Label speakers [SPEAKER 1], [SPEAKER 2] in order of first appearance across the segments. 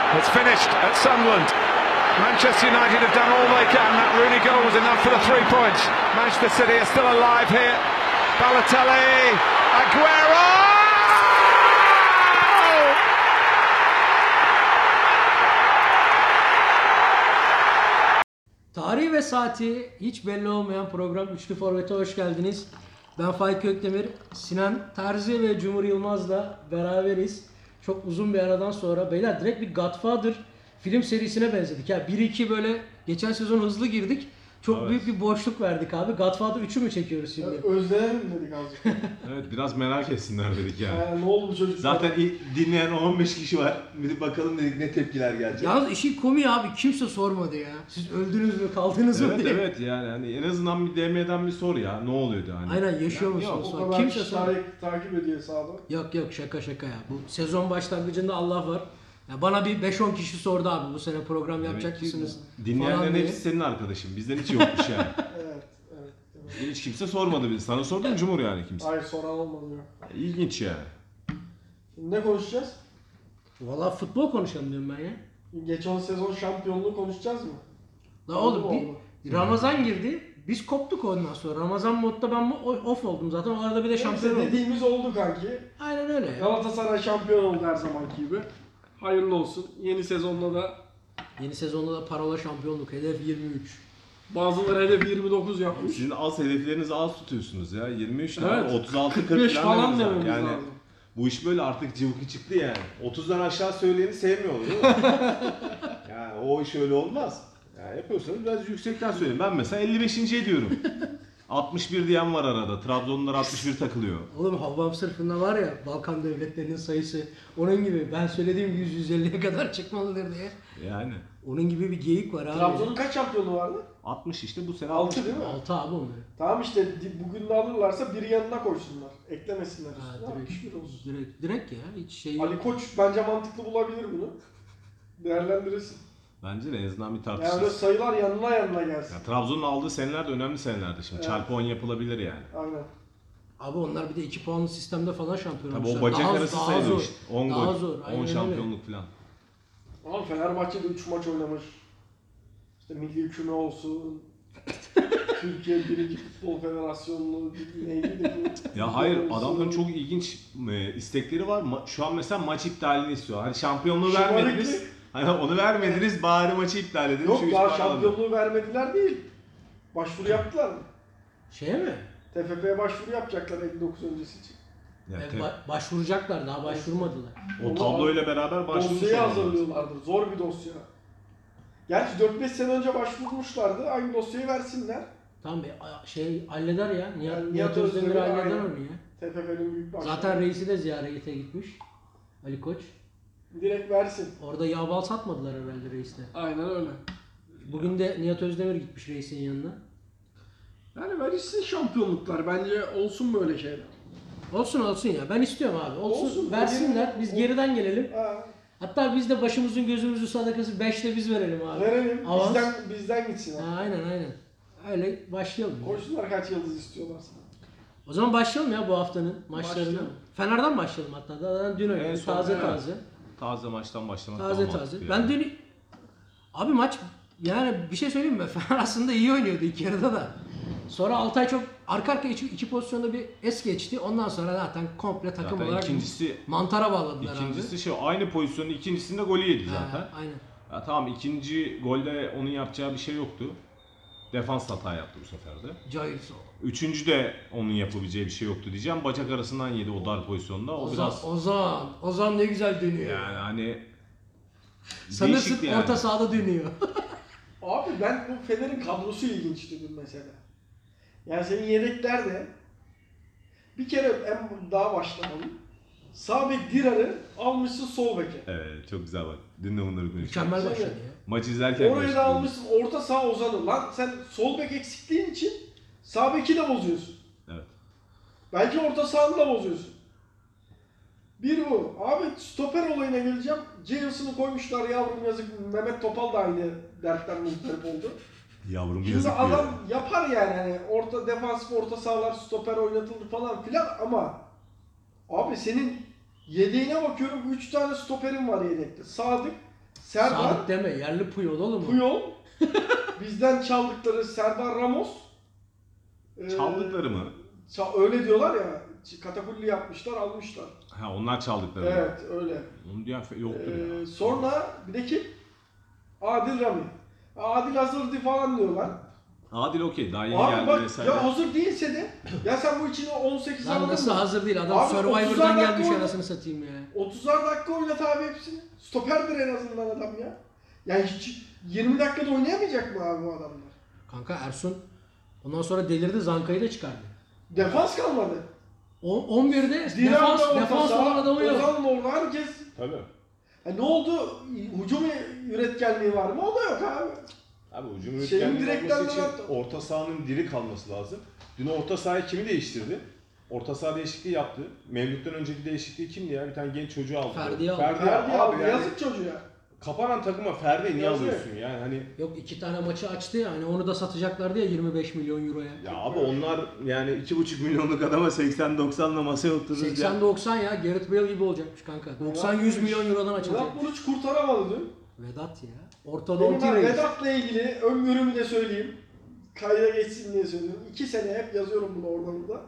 [SPEAKER 1] It's finished at Sunderland. Manchester United have done all they can. That Rooney goal was enough for the three points. Manchester City are still alive here. Balotelli, Aguero!
[SPEAKER 2] Tarihi ve saati hiç belli olmayan program Üçlü Forvet'e hoş geldiniz. Ben Faik Ökdemir, Sinan Terzi ve Cumhur Yılmaz'la beraberiz. Çok uzun bir aradan sonra beyler direkt bir Godfather film serisine benzedik. Ya 1-2 böyle geçen sezon hızlı girdik. Çok büyük bir boşluk verdik abi. Godfather 3'ü mü çekiyoruz şimdi?
[SPEAKER 3] Özleyelim dedik azıcık.
[SPEAKER 4] Evet biraz merak etsinler dedik yani.
[SPEAKER 3] Yani ne oldu bu çocuk?
[SPEAKER 4] Zaten ilk dinleyen 15 kişi var. Bir de bakalım dedik ne tepkiler gelecek.
[SPEAKER 2] Yalnız işin komiği abi kimse sormadı ya. Siz öldünüz mü kaldınız mı
[SPEAKER 4] evet
[SPEAKER 2] diye.
[SPEAKER 4] evet yani hani en azından bir DM'den bir sor ya. Ne oluyordu hani?
[SPEAKER 2] Aynen yaşıyor
[SPEAKER 4] Yani yok,
[SPEAKER 2] musunuz?
[SPEAKER 3] o
[SPEAKER 2] sonra?
[SPEAKER 3] kadar şey
[SPEAKER 2] Kimse
[SPEAKER 3] Kimse
[SPEAKER 2] sormadı.
[SPEAKER 3] takip ediyor hesabı.
[SPEAKER 2] Yok yok şaka şaka ya. Bu sezon başlangıcında Allah var. Ya bana bir 5-10 kişi sordu abi bu sene program
[SPEAKER 4] Demek
[SPEAKER 2] yapacak
[SPEAKER 4] ki
[SPEAKER 2] mısınız? falan
[SPEAKER 4] Dinleyenlerin
[SPEAKER 2] diye.
[SPEAKER 4] hepsi senin arkadaşın. Bizden hiç yokmuş yani.
[SPEAKER 3] Evet, evet. evet.
[SPEAKER 4] Hiç kimse sormadı bizi. Sana sordu mu Cumhur yani kimse?
[SPEAKER 3] Ay soran olmadı ya.
[SPEAKER 4] İlginç yani.
[SPEAKER 3] Şimdi ne konuşacağız?
[SPEAKER 2] Valla futbol konuşalım diyorum ben ya.
[SPEAKER 3] Geçen sezon şampiyonluğu konuşacağız mı?
[SPEAKER 2] La
[SPEAKER 3] Oldu
[SPEAKER 2] oğlum
[SPEAKER 3] mu,
[SPEAKER 2] bir-
[SPEAKER 3] oldu?
[SPEAKER 2] Ramazan girdi. Biz koptuk ondan sonra. Ramazan modda ben bu- off oldum zaten. O arada bir de şampiyon
[SPEAKER 3] Neyse,
[SPEAKER 2] oldum.
[SPEAKER 3] dediğimiz oldu kanki.
[SPEAKER 2] Aynen öyle ya.
[SPEAKER 3] Galatasaray şampiyon oldu her zamanki gibi. Hayırlı olsun. Yeni sezonda da
[SPEAKER 2] Yeni sezonda da parola şampiyonluk. Hedef 23.
[SPEAKER 3] bazıları hedef 29 yapmış.
[SPEAKER 4] Sizin az hedeflerinizi az tutuyorsunuz ya. 23 tane,
[SPEAKER 3] Evet.
[SPEAKER 4] 36, 40
[SPEAKER 3] 45
[SPEAKER 4] falan
[SPEAKER 3] falan
[SPEAKER 4] dememiz
[SPEAKER 3] dememiz
[SPEAKER 4] Yani
[SPEAKER 3] lazım.
[SPEAKER 4] Bu iş böyle artık cıvıkı çıktı yani. 30'dan aşağı söyleyeni sevmiyorlar değil mi? yani o iş öyle olmaz. Yani yapıyorsanız biraz yüksekten söyleyin. Ben mesela 55. ediyorum. 61 diyen var arada. Trabzonlular 61 takılıyor.
[SPEAKER 2] Oğlum Havvam sırfında var ya Balkan devletlerinin sayısı onun gibi. Ben söylediğim 100-150'ye kadar çıkmalıdır diye.
[SPEAKER 4] Yani.
[SPEAKER 2] Onun gibi bir geyik var abi.
[SPEAKER 3] Trabzon'un kaç şampiyonu vardı?
[SPEAKER 4] 60 işte bu sene
[SPEAKER 3] 6 değil mi?
[SPEAKER 2] 6 abi onlar.
[SPEAKER 3] Tamam işte di- bugün de alırlarsa bir yanına koysunlar. Eklemesinler
[SPEAKER 2] Ha,
[SPEAKER 3] üstüne.
[SPEAKER 2] direkt,
[SPEAKER 3] Şükür olsun.
[SPEAKER 2] direkt, direkt ya hiç şey
[SPEAKER 3] Ali Koç bence mantıklı bulabilir bunu. Değerlendirirsin.
[SPEAKER 4] Bence de en azından bir
[SPEAKER 3] Yani böyle
[SPEAKER 4] tartışırız.
[SPEAKER 3] sayılar yanına yanına gelsin.
[SPEAKER 4] Ya Trabzon'un aldığı seneler de önemli senelerdi şimdi.
[SPEAKER 3] Evet.
[SPEAKER 4] Çarpı 10 yapılabilir yani.
[SPEAKER 3] Aynen.
[SPEAKER 2] Abi onlar bir de 2 puanlı sistemde falan şampiyon
[SPEAKER 4] Tabii o
[SPEAKER 2] olmuşlar.
[SPEAKER 4] bacak
[SPEAKER 2] Daha-
[SPEAKER 4] arası
[SPEAKER 2] daha
[SPEAKER 4] sayılıyor
[SPEAKER 2] zor.
[SPEAKER 4] işte. 10
[SPEAKER 2] Daha
[SPEAKER 4] gol,
[SPEAKER 2] zor, aynen
[SPEAKER 4] 10
[SPEAKER 2] öyle.
[SPEAKER 4] şampiyonluk falan.
[SPEAKER 3] Ama Fenerbahçe'de 3 maç oynamış. İşte milli küme olsun. Türkiye Birinci Futbol Federasyonu neydi de bu?
[SPEAKER 4] Ya hayır
[SPEAKER 3] Olsun.
[SPEAKER 4] adamların çok ilginç e, istekleri var. Ma- Şu an mesela maç iptalini istiyor. Hani şampiyonluğu
[SPEAKER 3] Şımarık
[SPEAKER 4] vermediniz.
[SPEAKER 3] değil.
[SPEAKER 4] Hani onu vermediniz bari maçı iptal edin. şu
[SPEAKER 3] Yok
[SPEAKER 4] yüz
[SPEAKER 3] daha
[SPEAKER 4] puan alın.
[SPEAKER 3] şampiyonluğu vermediler değil. Başvuru yaptılar mı?
[SPEAKER 2] Şeye Şey mi?
[SPEAKER 3] TFF'ye başvuru yapacaklar 59 öncesi için.
[SPEAKER 4] Ya
[SPEAKER 2] E,
[SPEAKER 4] te-
[SPEAKER 2] ba- başvuracaklar daha başvurmadılar.
[SPEAKER 4] o tabloyla beraber başlamış
[SPEAKER 3] Dosyayı
[SPEAKER 4] olanlar.
[SPEAKER 3] hazırlıyorlardı. Zor bir dosya. Gerçi 4-5 sene önce başvurmuşlardı. Aynı dosyayı versinler.
[SPEAKER 2] Tamam be a- şey halleder ya. Nihat,
[SPEAKER 3] Yani
[SPEAKER 2] Nihat
[SPEAKER 3] Nihat
[SPEAKER 2] Özdemir
[SPEAKER 3] Özdemir,
[SPEAKER 2] halleder
[SPEAKER 3] aynen.
[SPEAKER 2] onu ya.
[SPEAKER 3] TFF'nin büyük başvuru.
[SPEAKER 2] Zaten reisi de ziyarete gitmiş. Ali Koç.
[SPEAKER 3] Direkt versin.
[SPEAKER 2] Orada yağ bal satmadılar herhalde reiste.
[SPEAKER 3] Aynen öyle.
[SPEAKER 2] Bugün de Nihat Özdemir gitmiş reisin yanına.
[SPEAKER 3] Yani verirsin şampiyonluklar. Bence olsun böyle şeyler.
[SPEAKER 2] Olsun olsun ya. Ben istiyorum abi. Olsun.
[SPEAKER 3] Olsun.
[SPEAKER 2] versinler. Biz geriden gelelim.
[SPEAKER 3] Ha,
[SPEAKER 2] Hatta biz de başımızın gözümüzün sadakası 5'te biz verelim abi.
[SPEAKER 3] verelim.
[SPEAKER 2] Avans.
[SPEAKER 3] Bizden, bizden gitsin.
[SPEAKER 2] Ha, aynen aynen. Öyle başlayalım. ya.
[SPEAKER 3] Koysunlar kaç yıldız istiyorlarsa.
[SPEAKER 2] O zaman başlayalım ya bu haftanın maçlarına.
[SPEAKER 3] Başlayalım.
[SPEAKER 2] Fener'den başlayalım hatta. Daha dün oynadı.
[SPEAKER 4] En son,
[SPEAKER 2] taze,
[SPEAKER 4] evet.
[SPEAKER 2] taze
[SPEAKER 4] Taze maçtan başlamak
[SPEAKER 2] taze. Taze
[SPEAKER 4] daha
[SPEAKER 2] taze.
[SPEAKER 4] mantıklı
[SPEAKER 2] Ben
[SPEAKER 4] yani.
[SPEAKER 2] dün... Abi maç yani bir şey söyleyeyim mi? Fener aslında iyi oynuyordu ilk yarıda da. Sonra Altay çok arka arkaya iki, iki pozisyonda bir es geçti. Ondan sonra zaten komple takım
[SPEAKER 4] Zaten
[SPEAKER 2] olarak
[SPEAKER 4] ikincisi,
[SPEAKER 2] mantara bağladılar
[SPEAKER 4] ikincisi şey aynı pozisyonun ikincisinde golü yedi
[SPEAKER 2] abi. Ha,
[SPEAKER 4] zaten.
[SPEAKER 2] aynen.
[SPEAKER 4] Ya tamam ikinci golde onun yapacağı bir şey yoktu. Defans hata yaptı bu sefer de.
[SPEAKER 2] Giles o.
[SPEAKER 4] Üçüncü de onun yapabileceği bir şey yoktu diyeceğim. Bacak arasından yedi o dar pozisyonda. O
[SPEAKER 2] Ozan,
[SPEAKER 4] biraz
[SPEAKER 2] Ozan, Ozan ne güzel dönüyor.
[SPEAKER 4] yani hani
[SPEAKER 2] Sanırsın
[SPEAKER 4] değişikti yani.
[SPEAKER 2] orta sahada dönüyor.
[SPEAKER 3] Abi ben bu Fener'in kadrosu ilginçti dün mesela. Yani senin yedekler de bir kere en daha başlamalı. Sağ bek Dirar'ı almışsın sol beke.
[SPEAKER 4] Evet çok güzel bak. Dün de bunları konuştuk.
[SPEAKER 2] Mükemmel
[SPEAKER 3] Güzel
[SPEAKER 2] başladı
[SPEAKER 3] ya.
[SPEAKER 2] ya.
[SPEAKER 4] Maç izlerken
[SPEAKER 3] Oraya
[SPEAKER 4] konuştuk
[SPEAKER 3] da
[SPEAKER 4] bunu.
[SPEAKER 3] almışsın orta sağ Ozan'ı. Lan sen sol bek eksikliğin için sağ beki de bozuyorsun.
[SPEAKER 4] Evet.
[SPEAKER 3] Belki orta sahanı da bozuyorsun. Bir bu. Abi stoper olayına geleceğim. Giles'ını koymuşlar yavrum yazık. Mehmet Topal da aynı dertten muzdarip oldu.
[SPEAKER 4] Yavrum
[SPEAKER 3] Şimdi
[SPEAKER 4] yazık
[SPEAKER 3] adam
[SPEAKER 4] diyor.
[SPEAKER 3] yapar yani hani orta defansif orta sahalar stoper oynatıldı falan filan ama abi senin yedeğine bakıyorum 3 tane stoperin var yedekte. Sadık, Serdar,
[SPEAKER 2] Sabit deme. Yerli Puyol oğlum. o.
[SPEAKER 3] Puyol, bizden çaldıkları Serdar Ramos. e,
[SPEAKER 4] Çaldıkları mı?
[SPEAKER 3] ça- öyle diyorlar ya. Katakulli yapmışlar, almışlar.
[SPEAKER 4] Ha onlar çaldıkları mı?
[SPEAKER 3] Evet, öyle.
[SPEAKER 4] Onu diyen fe- yoktur
[SPEAKER 3] Ee,
[SPEAKER 4] ya.
[SPEAKER 3] sonra bir de kim? Adil Rami. Adil hazırdı falan diyorlar.
[SPEAKER 4] Adil okey daha yeni
[SPEAKER 3] Abi
[SPEAKER 4] geldi
[SPEAKER 3] bak
[SPEAKER 4] vesaire.
[SPEAKER 3] ya hazır değilse de ya sen bu içine 18
[SPEAKER 2] Lan
[SPEAKER 3] aldın
[SPEAKER 2] nasıl
[SPEAKER 3] mı?
[SPEAKER 2] hazır değil adam
[SPEAKER 3] Abi,
[SPEAKER 2] Survivor'dan
[SPEAKER 3] 30'lar
[SPEAKER 2] gelmiş
[SPEAKER 3] dakika
[SPEAKER 2] anasını satayım ya.
[SPEAKER 3] 30'ar dakika oynat abi hepsini. Stoperdir en azından adam ya. Ya hiç 20 dakikada oynayamayacak mı abi bu adamlar?
[SPEAKER 2] Kanka Ersun ondan sonra delirdi Zanka'yı da çıkardı.
[SPEAKER 3] Defans kalmadı.
[SPEAKER 2] O- 11'de
[SPEAKER 3] Dilan
[SPEAKER 2] defans,
[SPEAKER 3] da orta
[SPEAKER 2] defans olan
[SPEAKER 3] saha,
[SPEAKER 2] adamı yok.
[SPEAKER 3] Ozan da orada herkes.
[SPEAKER 4] Tabii.
[SPEAKER 3] Ya ne oldu? Hücum üretkenliği var mı? O da yok abi.
[SPEAKER 4] Abi hücum
[SPEAKER 3] Şeyin
[SPEAKER 4] üretkenliği
[SPEAKER 3] direkten
[SPEAKER 4] olması için
[SPEAKER 3] dönen top.
[SPEAKER 4] orta sahanın diri kalması lazım. Dün orta sahayı kimi değiştirdi? Orta saha değişikliği yaptı. Mevlüt'ten önceki değişikliği kimdi ya? Bir tane genç çocuğu aldı.
[SPEAKER 2] Ferdi'yi aldı.
[SPEAKER 4] Ferdi
[SPEAKER 3] Ferdi
[SPEAKER 4] abi,
[SPEAKER 3] abi
[SPEAKER 4] yani
[SPEAKER 3] yazık çocuğa.
[SPEAKER 4] kapanan takıma Ferdi'yi niye
[SPEAKER 3] Yazık.
[SPEAKER 4] alıyorsun yani? Hani
[SPEAKER 2] Yok iki tane maçı açtı ya hani onu da satacaklardı ya 25 milyon euroya.
[SPEAKER 4] ya abi onlar yani 2,5 milyonluk adama 80-90'la masaya otururuz ya.
[SPEAKER 2] 80-90 ya Gareth Bale gibi olacakmış kanka. 90-100 milyon eurodan açılacak.
[SPEAKER 3] Murat Buruç kurtaramadı dün.
[SPEAKER 2] Vedat ya.
[SPEAKER 3] Benim
[SPEAKER 2] Ortodonti
[SPEAKER 3] ben
[SPEAKER 2] reis.
[SPEAKER 3] Vedat'la ilgili öngörümü de söyleyeyim. Kayda geçsin diye söylüyorum. İki sene hep yazıyorum bunu oradan burada.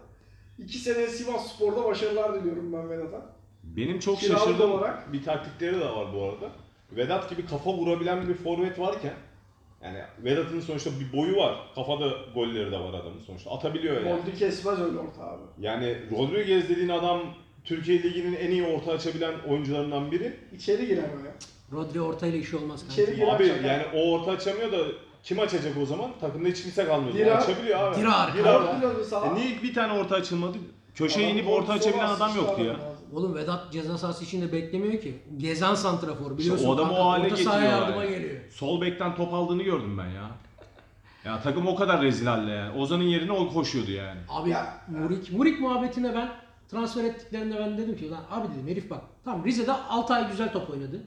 [SPEAKER 3] İki sene Sivas Spor'da başarılar diliyorum ben Vedat'a.
[SPEAKER 4] Benim çok
[SPEAKER 3] Kiralık
[SPEAKER 4] şaşırdığım
[SPEAKER 3] olarak.
[SPEAKER 4] bir taktikleri de var bu arada. Vedat gibi kafa vurabilen bir forvet varken yani Vedat'ın sonuçta bir boyu var. Kafada golleri de var adamın sonuçta. Atabiliyor yani.
[SPEAKER 3] Oldu kesmez öyle orta abi.
[SPEAKER 4] Yani Rodriguez dediğin adam Türkiye Ligi'nin en iyi orta açabilen oyuncularından biri.
[SPEAKER 3] İçeri girer o ya.
[SPEAKER 2] Rodri ortayla işi olmaz kanka.
[SPEAKER 3] İçeri girer.
[SPEAKER 4] Abi
[SPEAKER 3] çakar.
[SPEAKER 4] yani o orta açamıyor da kim açacak o zaman? Takımda hiç kimse kalmıyor.
[SPEAKER 3] Dirar.
[SPEAKER 4] Açabiliyor abi.
[SPEAKER 2] Dirar.
[SPEAKER 3] Dirar, Dilar'ı sağ.
[SPEAKER 4] E niye bir tane orta açılmadı? Köşeye
[SPEAKER 3] Adam
[SPEAKER 4] inip orta
[SPEAKER 3] sol
[SPEAKER 4] açabilen
[SPEAKER 3] asist
[SPEAKER 4] adam yoktu
[SPEAKER 3] adam
[SPEAKER 4] ya.
[SPEAKER 3] lazım.
[SPEAKER 2] Oğlum Vedat ceza sahası içinde beklemiyor ki. Gezen santrafor biliyorsun.
[SPEAKER 4] İşte o adamı
[SPEAKER 2] kanka,
[SPEAKER 4] o hale
[SPEAKER 2] orta sahaya
[SPEAKER 4] getiriyorlar
[SPEAKER 2] yardıma
[SPEAKER 4] yani.
[SPEAKER 2] geliyor.
[SPEAKER 4] Sol bekten top aldığını gördüm ben ya. Ya takım o kadar rezil halde yani. Ozan'ın yerine o koşuyordu yani.
[SPEAKER 2] Abi
[SPEAKER 3] Ya.
[SPEAKER 2] Murik, Murik muhabbetine ben transfer ettiklerinde ben dedim ki lan abi dedim herif bak tamam Rize'de 6 ay güzel top oynadı.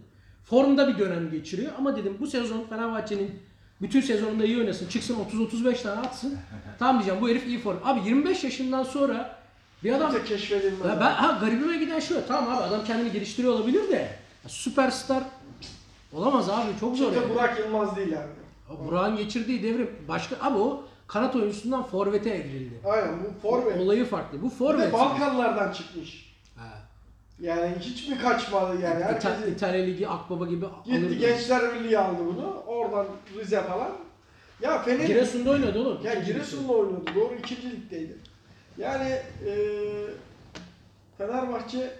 [SPEAKER 2] Formda bir dönem geçiriyor ama dedim bu sezon Fenerbahçe'nin bütün sezonunda iyi oynasın. Çıksın 30-35 tane atsın. tamam diyeceğim bu herif iyi form. Abi 25 yaşından sonra bir adam
[SPEAKER 3] Kimse keşfedilmez.
[SPEAKER 2] ya ben ha garibime giden şu. Tamam abi adam kendini geliştiriyor olabilir de ya süperstar olamaz abi çok zor.
[SPEAKER 3] Kimse
[SPEAKER 2] Yani.
[SPEAKER 3] Burak Yılmaz değil yani.
[SPEAKER 2] Ya Burak'ın geçirdiği devrim başka abi o kanat oyuncusundan forvete evrildi.
[SPEAKER 3] Aynen bu forvet.
[SPEAKER 2] Olayı farklı. Bu
[SPEAKER 3] Bir de
[SPEAKER 2] forvet.
[SPEAKER 3] Balkanlardan çıkmış.
[SPEAKER 2] Ha.
[SPEAKER 3] Yani hiç mi kaçmadı yani?
[SPEAKER 2] İta-
[SPEAKER 3] Herkesin
[SPEAKER 2] İtalya Ligi Akbaba gibi alırdı.
[SPEAKER 3] Gitti Gençler Birliği aldı bunu. Oradan Rize falan. Ya Fener
[SPEAKER 2] Giresun'da oynadı oğlum.
[SPEAKER 3] ya Giresun'la oynuyordu. Doğru ikinci ligdeydi. Yani eee Fenerbahçe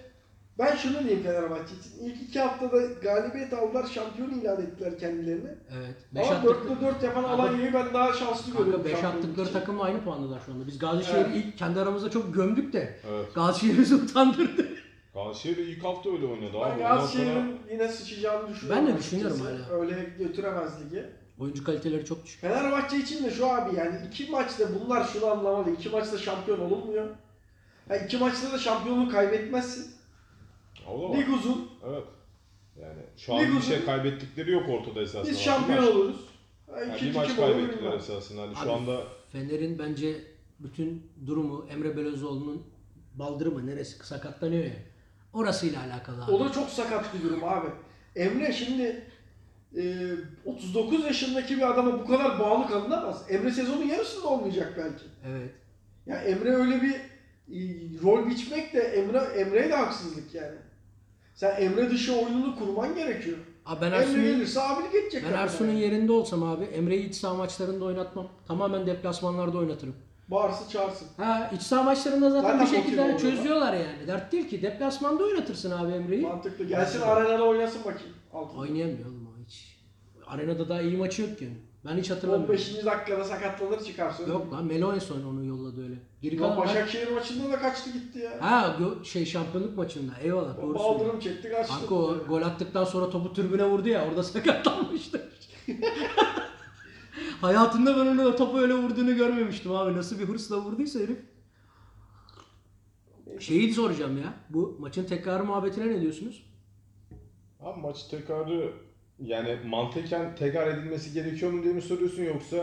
[SPEAKER 3] ben şunu diyeyim Fenerbahçe için. İlk iki haftada galibiyet aldılar, şampiyon ilan ettiler kendilerini.
[SPEAKER 2] Evet. Beş
[SPEAKER 3] Ama
[SPEAKER 2] attıkları,
[SPEAKER 3] 4'te 4 yapan
[SPEAKER 2] Abi-
[SPEAKER 3] Alanya'yı ben daha şanslı görüyorum.
[SPEAKER 2] kanka beş
[SPEAKER 3] şampiyonluk
[SPEAKER 2] attıkları
[SPEAKER 3] için.
[SPEAKER 2] takımla aynı puandalar şu anda. Biz Gazişehir'i
[SPEAKER 3] Evet.
[SPEAKER 2] ilk kendi aramızda çok gömdük de.
[SPEAKER 4] Evet.
[SPEAKER 2] Gazişehir bizi utandırdı.
[SPEAKER 4] Galatasaray ilk hafta öyle oynadı
[SPEAKER 3] Ben
[SPEAKER 4] abi. Ondan sonra
[SPEAKER 3] Galatasaray'ın yine sıçacağını düşünüyorum.
[SPEAKER 2] Ben de düşünüyorum
[SPEAKER 3] açıkçası.
[SPEAKER 2] hala.
[SPEAKER 3] Öyle götüremez ligi.
[SPEAKER 2] Oyuncu kaliteleri çok düşük.
[SPEAKER 3] Fenerbahçe için de şu abi yani iki maçta bunlar şunu anlamalı. iki maçta şampiyon olunmuyor. Yani iki maçta da şampiyonluğu kaybetmezsin.
[SPEAKER 4] o da var.
[SPEAKER 3] Lig uzun.
[SPEAKER 4] Evet. Yani şu an
[SPEAKER 3] Lig
[SPEAKER 4] bir şey
[SPEAKER 3] uzun.
[SPEAKER 4] kaybettikleri yok ortada esasında.
[SPEAKER 3] Biz
[SPEAKER 4] Bir
[SPEAKER 3] şampiyon
[SPEAKER 4] maç-
[SPEAKER 3] oluruz. Yani
[SPEAKER 4] yani
[SPEAKER 3] ikinci
[SPEAKER 4] bir maç
[SPEAKER 3] kim olur
[SPEAKER 4] kaybettiler
[SPEAKER 3] bilmem.
[SPEAKER 4] esasında. Hani
[SPEAKER 2] Abi,
[SPEAKER 4] şu anda
[SPEAKER 2] Fener'in bence bütün durumu Emre Belözoğlu'nun baldırı mı neresi sakatlanıyor ya. Orasıyla alakalı abi.
[SPEAKER 3] O da çok sakat bir durum abi. Emre şimdi e, 39 yaşındaki bir adama bu kadar bağlı kalınamaz. Emre sezonun yarısında olmayacak belki.
[SPEAKER 2] Evet.
[SPEAKER 3] Ya Emre öyle bir e, rol biçmek de Emre Emre'ye de haksızlık yani. Sen Emre dışı oyununu kurman gerekiyor.
[SPEAKER 2] Abi ben
[SPEAKER 3] Emre
[SPEAKER 2] Ersun'u
[SPEAKER 3] gelirse abi geçecek.
[SPEAKER 2] ben
[SPEAKER 3] yani.
[SPEAKER 2] Ersun'un yerinde olsam abi Emre'yi iç saha maçlarında oynatmam. Tamamen deplasmanlarda oynatırım.
[SPEAKER 3] Bağırsın çağırsın.
[SPEAKER 2] Ha iç saha maçlarında zaten,
[SPEAKER 3] Zaten
[SPEAKER 2] bir şekilde
[SPEAKER 3] motive
[SPEAKER 2] çözüyorlar yani. Dert değil ki. Deplasmanda oynatırsın abi Emre'yi.
[SPEAKER 3] Mantıklı. Gelsin arenada oynasın bakayım. Altında.
[SPEAKER 2] Oynayamıyor oğlum o hiç. Arenada daha iyi maçı yok ki. Ben hiç hatırlamıyorum.
[SPEAKER 3] 15. dakikada sakatlanır çıkar sonra.
[SPEAKER 2] Yok lan Melo en son onu yolladı öyle. Geri
[SPEAKER 3] Yok,
[SPEAKER 2] kalan
[SPEAKER 3] Başakşehir maçında da kaçtı gitti ya.
[SPEAKER 2] Ha gö- şey şampiyonluk maçında. Eyvallah. Doğru söylüyorsun.
[SPEAKER 3] Baldırım çekti kaçtı.
[SPEAKER 2] Kanka o gol attıktan sonra topu tribüne vurdu ya orada sakatlanmıştı. Hayatımda ben onu topu öyle vurduğunu görmemiştim abi. Nasıl bir hırsla vurduysa herif. Şeyi soracağım ya. Bu maçın tekrar muhabbetine ne diyorsunuz?
[SPEAKER 4] Abi maç tekrarı yani mantıken tekrar edilmesi gerekiyor mu diye mi soruyorsun yoksa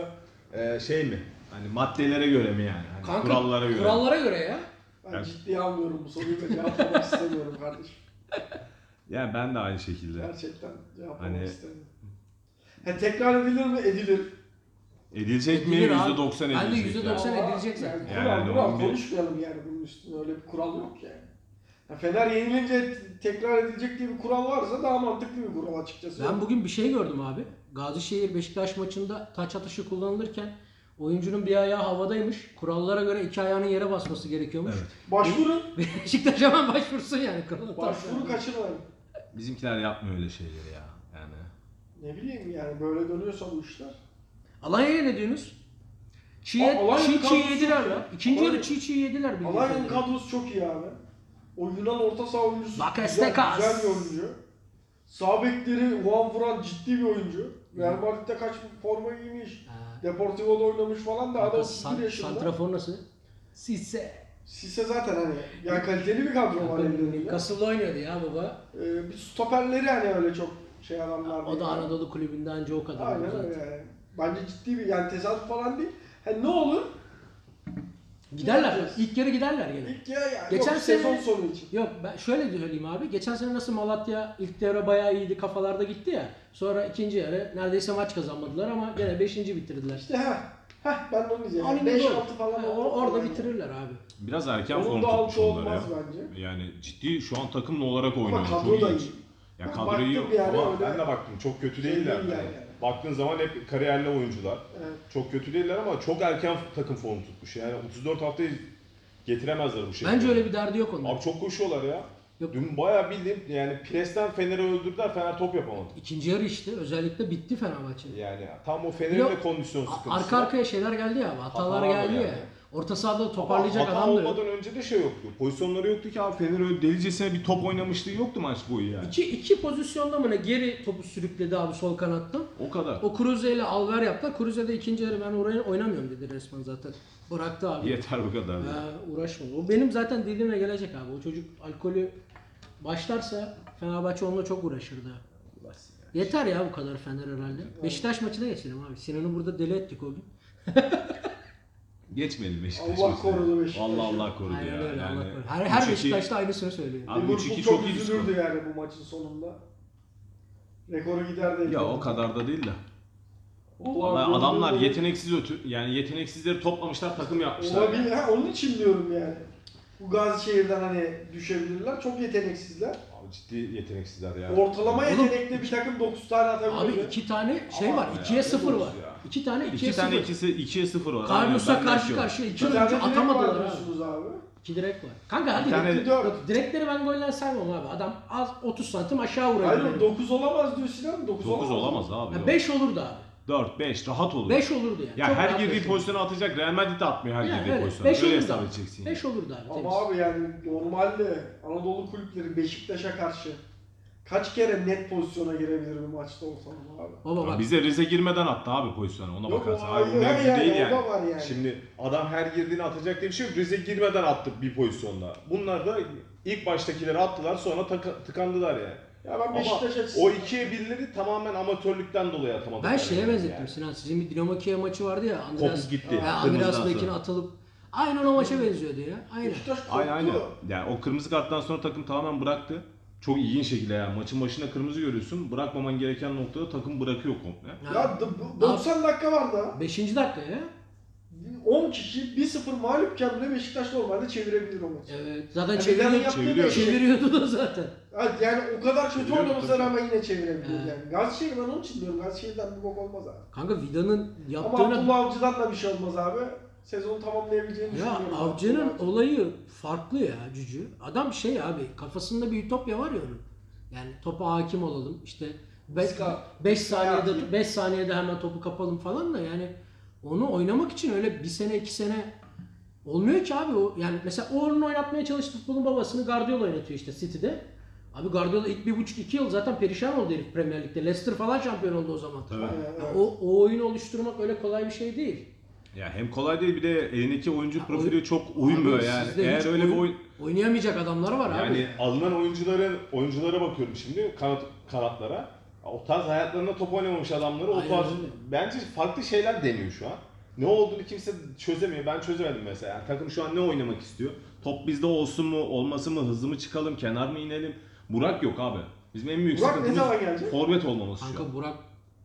[SPEAKER 4] e, şey mi? Hani maddelere göre mi yani? Hani
[SPEAKER 2] Kanka,
[SPEAKER 4] kurallara göre.
[SPEAKER 2] Kurallara göre ya.
[SPEAKER 3] Ben ciddiye almıyorum bu soruyu da cevaplamak istemiyorum kardeşim.
[SPEAKER 4] Yani ben de aynı şekilde.
[SPEAKER 3] Gerçekten cevaplamak
[SPEAKER 4] Hani-
[SPEAKER 3] isterim. Ha, tekrar edilir mi? Edilir.
[SPEAKER 4] Edilecek mi?
[SPEAKER 2] Edilir abi.
[SPEAKER 4] %90
[SPEAKER 2] Ben de
[SPEAKER 4] edilecek. yani.
[SPEAKER 2] %90
[SPEAKER 3] Ama
[SPEAKER 2] edilecek zaten.
[SPEAKER 4] Yani
[SPEAKER 3] Yani, kural,
[SPEAKER 4] hani
[SPEAKER 3] kural
[SPEAKER 4] onun bir-
[SPEAKER 3] konuşmayalım yani bunun üstüne. Öyle bir kural yok yani. Ya Fener yenilince t- tekrar edilecek diye bir kural varsa daha mantıklı bir kural açıkçası.
[SPEAKER 2] Ben bugün bir şey gördüm abi. Gazişehir Beşiktaş maçında taç atışı kullanılırken oyuncunun bir ayağı havadaymış. Kurallara göre iki ayağının yere basması gerekiyormuş.
[SPEAKER 4] Evet.
[SPEAKER 3] Başvurun.
[SPEAKER 2] Beşiktaş hemen başvursun yani. kurala.
[SPEAKER 3] Başvuru kaçırmayın.
[SPEAKER 4] Bizimkiler yapmıyor öyle şeyleri ya. Yani.
[SPEAKER 3] Ne bileyim yani böyle dönüyorsa bu işler.
[SPEAKER 2] Alanya'ya ne diyorsunuz? Çiğ,
[SPEAKER 3] Aa, Alanya'nın
[SPEAKER 2] çiğ, çiğ
[SPEAKER 3] kadrosu
[SPEAKER 2] yediler
[SPEAKER 3] çok
[SPEAKER 2] ya.
[SPEAKER 3] iyi.
[SPEAKER 2] İkinci yarı
[SPEAKER 3] Alanya-
[SPEAKER 2] çiğ çiğ yediler. bildiğin
[SPEAKER 3] Alanya'nın
[SPEAKER 2] kadarıyla.
[SPEAKER 3] kadrosu çok iyi abi. O Yunan orta saha oyuncusu
[SPEAKER 2] Bakes
[SPEAKER 3] güzel,
[SPEAKER 2] Tekas.
[SPEAKER 3] güzel bir oyuncu. Sağ bekleri Juan Fran ciddi bir oyuncu. Real Madrid'de kaç forma giymiş.
[SPEAKER 2] Ha.
[SPEAKER 3] Deportivo'da oynamış falan da adam 31
[SPEAKER 2] San-
[SPEAKER 3] yaşında.
[SPEAKER 2] Santrafor nasıl? Sisse.
[SPEAKER 3] Sisse zaten hani yani kaliteli bir kadro var ellerinde.
[SPEAKER 2] Kasıl'da oynuyordu ya baba.
[SPEAKER 3] Ee, bir stoperleri hani öyle çok şey adamlar
[SPEAKER 2] O
[SPEAKER 3] değil.
[SPEAKER 2] da Anadolu kulübünde anca o kadar. oldu
[SPEAKER 3] Aynen
[SPEAKER 2] zaten.
[SPEAKER 3] öyle yani. Bence ciddi bir yani tesadüf falan değil. Hani ne olur
[SPEAKER 2] Giderler.
[SPEAKER 3] Göreceğiz.
[SPEAKER 2] İlk yarı giderler gene.
[SPEAKER 3] ilk ya yani
[SPEAKER 2] Geçen
[SPEAKER 3] yok, sezon
[SPEAKER 2] sene-
[SPEAKER 3] sonu için.
[SPEAKER 2] Yok ben şöyle de söyleyeyim abi. Geçen sene nasıl Malatya ilk devre bayağı iyiydi kafalarda gitti ya. Sonra ikinci yarı neredeyse maç kazanmadılar ama gene beşinci bitirdiler.
[SPEAKER 3] İşte ha. Heh ben de onu diyeceğim.
[SPEAKER 2] Aynı
[SPEAKER 3] 5
[SPEAKER 2] gol.
[SPEAKER 3] 6 falan
[SPEAKER 2] Ha,
[SPEAKER 3] olur.
[SPEAKER 2] or- orada
[SPEAKER 3] Yani.
[SPEAKER 2] bitirirler abi.
[SPEAKER 4] Biraz erken
[SPEAKER 3] Onun
[SPEAKER 4] form
[SPEAKER 3] da
[SPEAKER 4] tutmuş
[SPEAKER 3] altı
[SPEAKER 4] onlar ya.
[SPEAKER 3] olmaz bence.
[SPEAKER 4] Yani ciddi şu an takımla olarak oynuyor.
[SPEAKER 3] Ama
[SPEAKER 4] Çok
[SPEAKER 3] kadro da
[SPEAKER 4] ilginç.
[SPEAKER 3] iyi.
[SPEAKER 4] Ya
[SPEAKER 3] Ben
[SPEAKER 4] kadro iyi
[SPEAKER 3] baktım bir ara
[SPEAKER 4] ama
[SPEAKER 3] öyle-
[SPEAKER 4] ben de baktım çok kötü
[SPEAKER 3] Şey
[SPEAKER 4] değiller.
[SPEAKER 3] değiller
[SPEAKER 4] yani.
[SPEAKER 3] yani.
[SPEAKER 4] Baktığın zaman hep kariyerli oyuncular.
[SPEAKER 3] Evet.
[SPEAKER 4] Çok kötü değiller ama çok erken takım form tutmuş. Yani 34 haftayı getiremezler bu şekilde.
[SPEAKER 2] Bence öyle bir derdi yok onların.
[SPEAKER 4] Abi çok koşuyorlar ya.
[SPEAKER 2] Yok.
[SPEAKER 4] Dün bayağı bildiğim yani presten Fener'i öldürdüler. Fener top yapamadı.
[SPEAKER 2] İkinci yarı işte özellikle bitti Fenerbahçe.
[SPEAKER 4] Yani tam o Fener'in
[SPEAKER 2] Yok.
[SPEAKER 4] de kondisyon
[SPEAKER 2] A-
[SPEAKER 4] sıkıntısı.
[SPEAKER 2] Arka arkaya şeyler geldi ya, hatalar
[SPEAKER 4] Hatalar
[SPEAKER 2] geldi
[SPEAKER 4] geldi.
[SPEAKER 2] ya. Orta sahada toparlayacak
[SPEAKER 4] Hata
[SPEAKER 2] adam da yok.
[SPEAKER 4] olmadan önce de şey yoktu. Pozisyonları yoktu ki abi Fener öyle delicesine bir top oynamışlığı yoktu maç boyu yani.
[SPEAKER 2] İki, iki pozisyonda mı ne geri topu sürükledi abi sol kanatta.
[SPEAKER 4] O kadar.
[SPEAKER 2] O Cruze ile Alver yaptı. Cruze de ikinci yarı ben oraya oynamıyorum dedi resmen zaten. Bıraktı abi.
[SPEAKER 4] Yeter bu kadar.
[SPEAKER 2] Ha, uğraşma. O benim zaten dediğime gelecek abi. O çocuk alkolü başlarsa Fenerbahçe onunla çok uğraşırdı. Yeter ya bu kadar Fener herhalde. Beşiktaş maçına geçelim abi. Sinan'ı burada deli ettik o gün.
[SPEAKER 4] Geçmeyelim Beşiktaş.
[SPEAKER 3] Allah
[SPEAKER 4] maçına.
[SPEAKER 3] korudu Beşiktaş'ı.
[SPEAKER 4] Vallahi Allah korudu
[SPEAKER 2] Aynen
[SPEAKER 4] ya.
[SPEAKER 2] öyle
[SPEAKER 4] yani.
[SPEAKER 2] Allah korusun. Her, her
[SPEAKER 4] 3-2
[SPEAKER 2] Beşiktaş'ta aynısını söylüyor.
[SPEAKER 4] Abi
[SPEAKER 3] Liverpool
[SPEAKER 4] 3-2
[SPEAKER 3] çok
[SPEAKER 4] çok iyi bir
[SPEAKER 3] üzülürdü yani bu maçın sonunda. Rekoru giderdi.
[SPEAKER 4] Ya o kadar da değil de.
[SPEAKER 3] Vallahi
[SPEAKER 4] Vallahi
[SPEAKER 3] gol-
[SPEAKER 4] adamlar
[SPEAKER 3] gol-
[SPEAKER 4] yeteneksiz ötü yani yeteneksizleri toplamışlar takım yapmışlar.
[SPEAKER 3] Olabilir. Ha, onun için diyorum yani. Bu Gazişehir'den hani düşebilirler. Çok yeteneksizler.
[SPEAKER 4] Abi ciddi yeteneksizler ya.
[SPEAKER 3] Ortalama
[SPEAKER 2] Oğlum-
[SPEAKER 3] yetenekli bir takım 9 tane
[SPEAKER 2] Abi
[SPEAKER 3] atabiliyor.
[SPEAKER 2] iki tane şey
[SPEAKER 4] Aman
[SPEAKER 2] var.
[SPEAKER 4] ya,
[SPEAKER 2] 2'ye
[SPEAKER 4] ne
[SPEAKER 2] 0 var.
[SPEAKER 4] diyorsun ya?
[SPEAKER 2] 2 tane 2'ye
[SPEAKER 4] İki tane
[SPEAKER 2] 0.
[SPEAKER 4] ikisi 2'ye 0 var.
[SPEAKER 2] Karius'la
[SPEAKER 4] Aynen, ben de
[SPEAKER 2] karşı
[SPEAKER 4] şey yok.
[SPEAKER 2] karşıya 2
[SPEAKER 3] İki tane
[SPEAKER 2] oyuncu
[SPEAKER 3] direkt
[SPEAKER 2] atamadılar
[SPEAKER 3] var
[SPEAKER 2] abi.
[SPEAKER 3] diyorsunuz abi.
[SPEAKER 2] 2 direkt var. Kanka hadi.
[SPEAKER 4] Bir tane-
[SPEAKER 3] Bir dört.
[SPEAKER 2] Bak, Direkleri ben golden saymam abi. Adam az 30 santim aşağı
[SPEAKER 3] Hayır
[SPEAKER 2] vuruyor.
[SPEAKER 3] oğlum, 9 olamaz diyor Sinan. 9,
[SPEAKER 4] 9 olamaz
[SPEAKER 2] Yani.
[SPEAKER 4] abi.
[SPEAKER 2] 5 olurdu abi.
[SPEAKER 4] 4 5 rahat olur.
[SPEAKER 2] 5 olurdu yani.
[SPEAKER 4] ya
[SPEAKER 2] Çok
[SPEAKER 4] her
[SPEAKER 2] rahat
[SPEAKER 4] girdiği
[SPEAKER 2] beş
[SPEAKER 4] pozisyona atacak. Real Madrid de atmıyor her
[SPEAKER 2] olurdu.
[SPEAKER 4] girdiği
[SPEAKER 2] Yani öyle.
[SPEAKER 4] pozisyona.
[SPEAKER 2] Beş
[SPEAKER 4] Öyle
[SPEAKER 2] olurdu
[SPEAKER 4] hesap
[SPEAKER 2] abi.
[SPEAKER 4] edeceksin.
[SPEAKER 2] 5 olurdu abi. temiz.
[SPEAKER 3] Ama abi yani normalde Anadolu kulüpleri Beşiktaş'a karşı kaç kere net pozisyona girebilir bir maçta ortalama abi?
[SPEAKER 2] Baba bak.
[SPEAKER 4] Bize Rize girmeden attı abi pozisyona ona
[SPEAKER 3] Yok,
[SPEAKER 4] bakarsan.
[SPEAKER 3] o
[SPEAKER 4] Abi bu
[SPEAKER 3] ayrı
[SPEAKER 4] mevzu
[SPEAKER 3] yani,
[SPEAKER 4] değil
[SPEAKER 3] o
[SPEAKER 4] yani.
[SPEAKER 3] da var yani.
[SPEAKER 4] Şimdi adam her girdiğini atacak diye bir şey yok. Rize girmeden attı bir pozisyonda. Bunlar da ilk baştakileri attılar sonra taka- tıkandılar yani.
[SPEAKER 3] Ya ben
[SPEAKER 4] Ama
[SPEAKER 3] Beşiktaş
[SPEAKER 4] o
[SPEAKER 3] açısından...
[SPEAKER 4] ikiye birleri tamamen amatörlükten dolayı atamadılar.
[SPEAKER 2] Ben şeye
[SPEAKER 4] yani.
[SPEAKER 2] benzettim
[SPEAKER 4] Yani.
[SPEAKER 2] Sinan. Sizin bir Dinamo Kiev maçı vardı ya. Andreas,
[SPEAKER 4] Kopuz gitti.
[SPEAKER 2] Ha,
[SPEAKER 4] Kırmızıdan
[SPEAKER 2] Andreas
[SPEAKER 4] sonra.
[SPEAKER 2] Bekin atılıp. Aynen o maça benziyordu ya. Aynen.
[SPEAKER 3] Beşiktaş korktu.
[SPEAKER 4] Aynen aynen. Yani o kırmızı karttan sonra takım tamamen bıraktı. Çok ilginç şekilde yani. Maçın başında kırmızı görüyorsun. Bırakmaman gereken noktada takım bırakıyor komple.
[SPEAKER 3] Ya d- bu- 90 dakika var da
[SPEAKER 2] 5. dakika ya.
[SPEAKER 3] 10 kişi 1-0 mağlupken bile Beşiktaş normalde çevirebilir o maçı.
[SPEAKER 2] Evet. Zaten
[SPEAKER 3] Yani
[SPEAKER 2] çeviriyor,
[SPEAKER 3] Milan'ın yaptığı
[SPEAKER 4] çeviriyor.
[SPEAKER 3] da şey.
[SPEAKER 2] çeviriyordu da zaten.
[SPEAKER 3] Evet, Yani o kadar kötü
[SPEAKER 4] Çeviriyor,
[SPEAKER 3] oynamasına
[SPEAKER 4] tabii.
[SPEAKER 3] rağmen yine çevirebilir
[SPEAKER 2] Evet.
[SPEAKER 3] yani. Gazişehir ben onun için diyorum. Gazişehir'den bir bok olmaz abi.
[SPEAKER 2] Kanka Vida'nın
[SPEAKER 3] Ama
[SPEAKER 2] yaptığına...
[SPEAKER 3] Abdullah Avcı'dan da bir şey olmaz abi. Sezonu
[SPEAKER 2] Ya
[SPEAKER 3] tamamlayabileceğini düşünüyorum.
[SPEAKER 2] Avcı'nın olayı farklı ya cücü. Adam şey abi kafasında bir ütopya var ya onun. Yani topa hakim olalım işte 5
[SPEAKER 3] Ska-
[SPEAKER 2] saniyede
[SPEAKER 3] Ska-
[SPEAKER 2] 5 saniyede hemen topu kapalım falan da yani onu oynamak için öyle bir sene iki sene olmuyor ki abi o yani mesela o onun oynatmaya çalıştığı futbolun babasını Guardiola oynatıyor işte City'de. Abi Guardiola ilk bir buçuk iki yıl zaten perişan oldu herif Premier Lig'de. Leicester falan şampiyon oldu o zaman.
[SPEAKER 4] Evet.
[SPEAKER 3] Aynen,
[SPEAKER 2] Ya
[SPEAKER 3] evet.
[SPEAKER 2] o, o oyunu oluşturmak öyle kolay bir şey değil.
[SPEAKER 4] Ya hem kolay değil bir de elindeki oyuncu
[SPEAKER 2] Ya
[SPEAKER 4] profili
[SPEAKER 2] oyun-
[SPEAKER 4] çok uymuyor
[SPEAKER 2] Abi
[SPEAKER 4] yani.
[SPEAKER 2] sizde hiç
[SPEAKER 4] Eğer öyle bir
[SPEAKER 2] oyun-
[SPEAKER 4] oyun
[SPEAKER 2] Oynayamayacak adamlar var abi.
[SPEAKER 4] yani alınan oyuncuların oyunculara bakıyorum şimdi kanat kanatlara. Ya O tarz hayatlarında top oynamamış adamları o
[SPEAKER 2] Aynen
[SPEAKER 4] tarz
[SPEAKER 2] öyle.
[SPEAKER 4] bence farklı şeyler deniyor şu an. Ne olduğunu kimse çözemiyor. Ben çözemedim mesela. Yani takım şu an ne oynamak istiyor? Top bizde olsun mu, olmasın mı, hızlı mı çıkalım, kenar mı inelim? Burak yok abi. Bizim en büyük
[SPEAKER 3] Burak ne
[SPEAKER 4] sıkıntımız
[SPEAKER 3] zaman gelecek?
[SPEAKER 4] forvet olmaması şu an.
[SPEAKER 2] Kanka Burak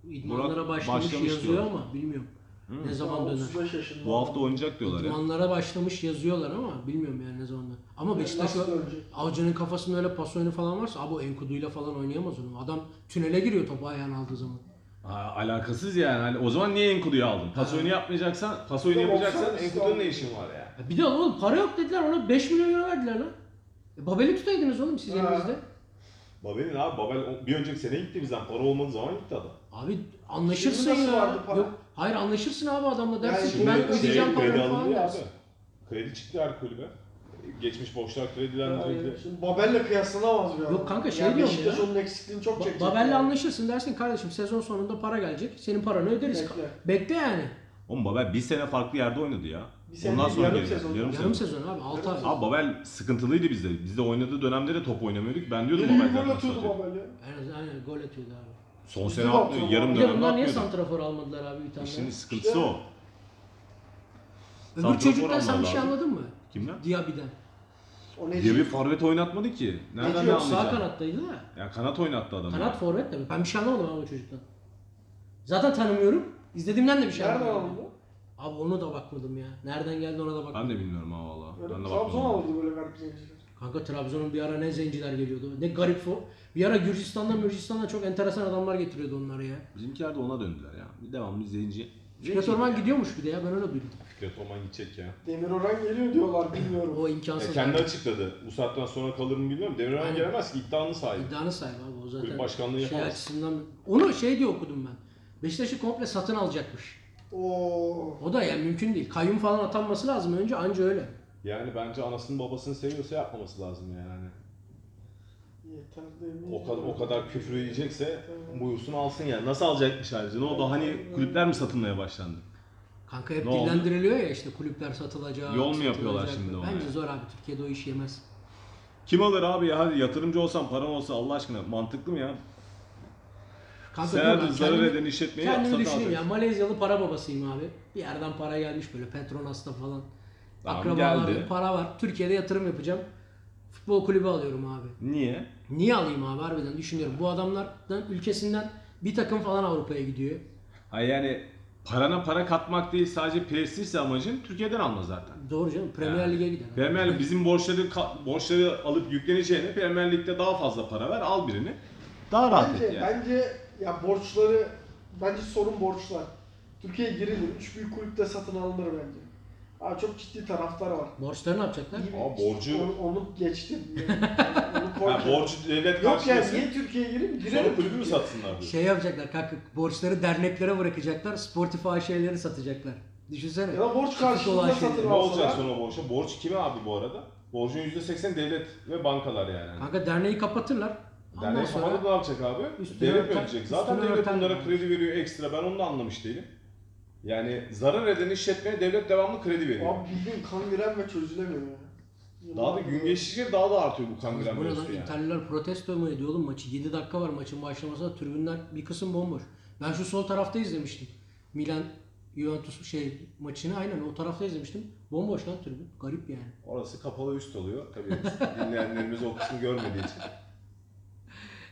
[SPEAKER 2] idmanlara
[SPEAKER 4] Burak
[SPEAKER 2] başlamış,
[SPEAKER 4] başlamış
[SPEAKER 2] yazıyor
[SPEAKER 4] diyorlar.
[SPEAKER 2] ama bilmiyorum.
[SPEAKER 4] Hı.
[SPEAKER 2] Ne zaman döner.
[SPEAKER 3] 35 yaşında.
[SPEAKER 4] Bu hafta oynayacak diyorlar ya.
[SPEAKER 2] İdmanlara başlamış yazıyorlar ama bilmiyorum yani ne zaman döner. Ama Beşiktaş
[SPEAKER 3] Nasıl dönecek?
[SPEAKER 2] Avcı'nın kafasında öyle pas oyunu falan varsa abi o Enkudu'yla falan oynayamaz onu. Adam tünele giriyor topu ayağına aldığı zaman.
[SPEAKER 4] Ha, alakasız yani. Hani o zaman niye Enkudu'yu aldın? Pas oyunu yapmayacaksan, pas oyunu
[SPEAKER 3] Yok,
[SPEAKER 4] yapacaksan
[SPEAKER 3] olsa-
[SPEAKER 4] Enkudu'nun ne işin var ya?
[SPEAKER 2] Ya Bir de oğlum para yok dediler ona 5 milyon euro verdiler lan. E, Babel'i tutaydınız oğlum siz
[SPEAKER 3] Ha.
[SPEAKER 2] elinizde.
[SPEAKER 4] Babel'in abi Babel bir önceki sene gitti bizden. Para olmadığı zaman gitti adam.
[SPEAKER 2] Abi anlaşırsın
[SPEAKER 3] Şimdi nasıl
[SPEAKER 2] ya.
[SPEAKER 3] vardı para?
[SPEAKER 2] Yok, hayır anlaşırsın abi adamla dersin
[SPEAKER 3] Yani
[SPEAKER 2] ki ben
[SPEAKER 3] şimdi şey,
[SPEAKER 2] ödeyeceğim
[SPEAKER 4] kredi
[SPEAKER 2] paramı
[SPEAKER 4] alındı
[SPEAKER 2] falan
[SPEAKER 4] ya
[SPEAKER 2] dersin.
[SPEAKER 4] abi. Kredi çıktı her kulübe. Geçmiş borçlar kredilendirildi.
[SPEAKER 3] Yani şimdi Babel'le kıyaslanamaz bir adam.
[SPEAKER 2] Yok kanka, şey diyorum
[SPEAKER 3] Beşiktaş
[SPEAKER 2] ya.
[SPEAKER 3] onun eksikliğini çok
[SPEAKER 2] Ba-
[SPEAKER 3] çekecek.
[SPEAKER 2] Babel'le
[SPEAKER 3] yani.
[SPEAKER 2] anlaşırsın dersin kardeşim sezon sonunda para gelecek. Senin paranı öderiz.
[SPEAKER 3] Bekle.
[SPEAKER 2] Bekle yani.
[SPEAKER 4] Oğlum Babel bir sene farklı yerde oynadı ya.
[SPEAKER 3] Bir sene
[SPEAKER 4] Ondan
[SPEAKER 3] değil,
[SPEAKER 4] sonra
[SPEAKER 3] yarım
[SPEAKER 4] geldi.
[SPEAKER 3] sezon.
[SPEAKER 4] Yarım
[SPEAKER 2] Yarım
[SPEAKER 4] sezon.
[SPEAKER 2] sezon abi 6 ay.
[SPEAKER 4] Abi Babel sıkıntılıydı bizde. Bizde oynadığı dönemde de top oynamıyorduk. Ben diyordum
[SPEAKER 3] Yürü
[SPEAKER 4] Babel
[SPEAKER 3] yürü
[SPEAKER 4] zaten
[SPEAKER 3] gol atıyordu
[SPEAKER 4] satıyor.
[SPEAKER 3] Babel ya.
[SPEAKER 2] Aynen, aynen gol atıyordu abi.
[SPEAKER 4] Son
[SPEAKER 3] Bizi
[SPEAKER 4] sene
[SPEAKER 3] de
[SPEAKER 4] atmıyor.
[SPEAKER 3] atıyor
[SPEAKER 4] Yarım
[SPEAKER 3] Babel.
[SPEAKER 2] Bir de
[SPEAKER 4] dönemde
[SPEAKER 2] bunlar niye
[SPEAKER 4] atmıyordu.
[SPEAKER 2] santrafor almadılar abi bir tane?
[SPEAKER 4] İşinin sıkıntısı
[SPEAKER 3] İşte-
[SPEAKER 4] o.
[SPEAKER 2] Öbür
[SPEAKER 4] santrafor
[SPEAKER 2] çocuktan sen bir şey
[SPEAKER 4] almadılar.
[SPEAKER 2] anladın mı?
[SPEAKER 4] Kimden?
[SPEAKER 2] Diaby'den.
[SPEAKER 3] O ne
[SPEAKER 4] Diye bir
[SPEAKER 3] diyeyim?
[SPEAKER 4] forvet oynatmadı ki. Nereden ne
[SPEAKER 3] Yok,
[SPEAKER 2] Yok sağ
[SPEAKER 4] anlayacaksın?
[SPEAKER 2] kanattaydı da.
[SPEAKER 4] Ya kanat oynattı adam.
[SPEAKER 2] Kanat forvet de mi? Ben bir şey anlamadım abi o çocuktan. Zaten tanımıyorum. İzlediğimden de bir şey
[SPEAKER 3] Nereden
[SPEAKER 2] anlamadım.
[SPEAKER 3] alındı?
[SPEAKER 2] Abi onu da bakmadım ya. Nereden geldi ona da bakmadım.
[SPEAKER 4] Ben de bilmiyorum ha valla.
[SPEAKER 3] Böyle
[SPEAKER 4] Ben de
[SPEAKER 3] Trabzon
[SPEAKER 4] bakmadım.
[SPEAKER 3] alırdı böyle garip zenciler.
[SPEAKER 2] Kanka Trabzon'un bir ara ne zenciler geliyordu. Ne garip fo. Bir ara Gürcistan'dan Mürcistan'dan çok enteresan adamlar getiriyordu onları ya.
[SPEAKER 4] Bizimkiler de ona döndüler ya. Bir devamlı izleyici.
[SPEAKER 2] Fikret Orman gidiyormuş bir de ya ben öyle duydum.
[SPEAKER 4] Fikret Orman gidecek ya.
[SPEAKER 3] Demir Orhan geliyor diyorlar bilmiyorum.
[SPEAKER 2] O
[SPEAKER 4] Ya
[SPEAKER 2] imkansız.
[SPEAKER 4] E, kendi açıkladı. Bu saatten sonra kalır mı bilmiyorum. Demirhan
[SPEAKER 2] Aynen.
[SPEAKER 4] gelemez ki iddianın sahibi.
[SPEAKER 2] İddianı sahip abi o zaten.
[SPEAKER 4] Kulüp başkanlığı
[SPEAKER 2] şey
[SPEAKER 4] yapamaz.
[SPEAKER 2] açısından. Onu şey diye okudum ben. Beşiktaş'ı komple satın alacakmış.
[SPEAKER 3] Oo.
[SPEAKER 2] O da yani mümkün değil. Kayyum falan atanması lazım önce anca öyle.
[SPEAKER 4] Yani bence anasını babasını seviyorsa yapmaması lazım yani. hani.
[SPEAKER 3] Yeter demir.
[SPEAKER 4] O kadar o kadar küfür yiyecekse buyursun alsın yani. Nasıl alacakmış ayrıca? Ne oldu? Hani kulüpler mi satılmaya başlandı?
[SPEAKER 2] Kanka hep
[SPEAKER 4] Ne oldu?
[SPEAKER 2] dillendiriliyor ya işte kulüpler satılacak.
[SPEAKER 4] Yol mu yapıyorlar
[SPEAKER 2] satılacak.
[SPEAKER 4] şimdi ona
[SPEAKER 2] Bence
[SPEAKER 4] ya?
[SPEAKER 2] zor abi Türkiye'de o iş yemez.
[SPEAKER 4] Kim alır abi ya? Hadi yatırımcı olsan, paran olsa Allah aşkına mantıklı mı ya?
[SPEAKER 2] Kanka dur
[SPEAKER 4] Sen
[SPEAKER 2] ben
[SPEAKER 4] zarar
[SPEAKER 2] kendimi-
[SPEAKER 4] eden işletmeyi
[SPEAKER 2] Kendimi
[SPEAKER 4] yapsat
[SPEAKER 2] düşüneyim
[SPEAKER 4] abi.
[SPEAKER 2] ya Malezyalı para babasıyım abi. Bir yerden para gelmiş böyle Petronas'ta falan.
[SPEAKER 4] Tamam,
[SPEAKER 2] Akrabalarda
[SPEAKER 4] geldi.
[SPEAKER 2] para var. Türkiye'de yatırım yapacağım. Futbol kulübü alıyorum abi.
[SPEAKER 4] Niye?
[SPEAKER 2] Niye alayım abi harbiden düşünüyorum. Bu adamlardan ülkesinden bir takım falan Avrupa'ya gidiyor.
[SPEAKER 4] Hayır yani parana para katmak değil sadece prestijse amacın Türkiye'den alma zaten.
[SPEAKER 2] Doğru canım Premier Lig'e gider.
[SPEAKER 4] Premier Lig- bizim borçları ka- borçları alıp yükleneceğine Premier Lig'de daha fazla para ver al birini. Daha rahat
[SPEAKER 3] Bence,
[SPEAKER 4] et yani.
[SPEAKER 3] bence ya borçları, bence sorun borçlar. Türkiye'ye girilir. Üç büyük kulüpte satın alınır bence. Abi çok ciddi taraftar var.
[SPEAKER 2] Borçları ne yapacaklar?
[SPEAKER 3] İyi bir-
[SPEAKER 4] Ama borcu-
[SPEAKER 3] Onu, onu geçtim. Yani onu koy
[SPEAKER 4] Ha,
[SPEAKER 3] ki-
[SPEAKER 4] borcu devlet
[SPEAKER 3] Yok ya
[SPEAKER 4] karşılasın.
[SPEAKER 3] niye Türkiye'ye gireyim? Girelim
[SPEAKER 4] Sonra kulübü mü
[SPEAKER 3] Türkiye'ye.
[SPEAKER 4] satsınlar diyor.
[SPEAKER 2] Şey yapacaklar kanka borçları derneklere bırakacaklar. Spotify şeyleri satacaklar. Düşünsene.
[SPEAKER 3] Ya da borç
[SPEAKER 2] Sıkıntı olan
[SPEAKER 3] karşılığında
[SPEAKER 2] şeyleri.
[SPEAKER 3] satın
[SPEAKER 4] ne
[SPEAKER 3] alsalar.
[SPEAKER 4] olacak sonra borça? Borç kime abi bu arada? Borcun %80 devlet ve bankalar yani.
[SPEAKER 2] Kanka derneği kapatırlar. Ondan
[SPEAKER 4] Dernek
[SPEAKER 2] sonra
[SPEAKER 4] kapanıp ne yapacak abi?
[SPEAKER 2] Üstüne
[SPEAKER 4] devlet
[SPEAKER 2] örten-
[SPEAKER 4] ödeyecek. Zaten
[SPEAKER 2] üstüne
[SPEAKER 4] devlet
[SPEAKER 2] örten
[SPEAKER 4] onlara
[SPEAKER 2] yani.
[SPEAKER 4] kredi veriyor ekstra. Ben onu da anlamış değilim. Yani zarar eden işletmeye devlet devamlı kredi veriyor.
[SPEAKER 3] Abi bildiğin kangren ve çözülemiyor ya.
[SPEAKER 4] Daha da gün geçtikçe daha da artıyor bu kangren
[SPEAKER 2] Bu ne lan
[SPEAKER 4] mevzusu yani.
[SPEAKER 2] İtalyanlar protesto mu ediyor oğlum maçı? 7 dakika var maçın başlamasına tribünler bir kısım bomboş. Ben şu sol tarafta izlemiştim. Milan Juventus şey maçını aynen o tarafta izlemiştim. Bomboş lan tribün. Garip yani.
[SPEAKER 4] Orası kapalı üst oluyor. Tabii dinleyenlerimiz o kısmı görmediği için.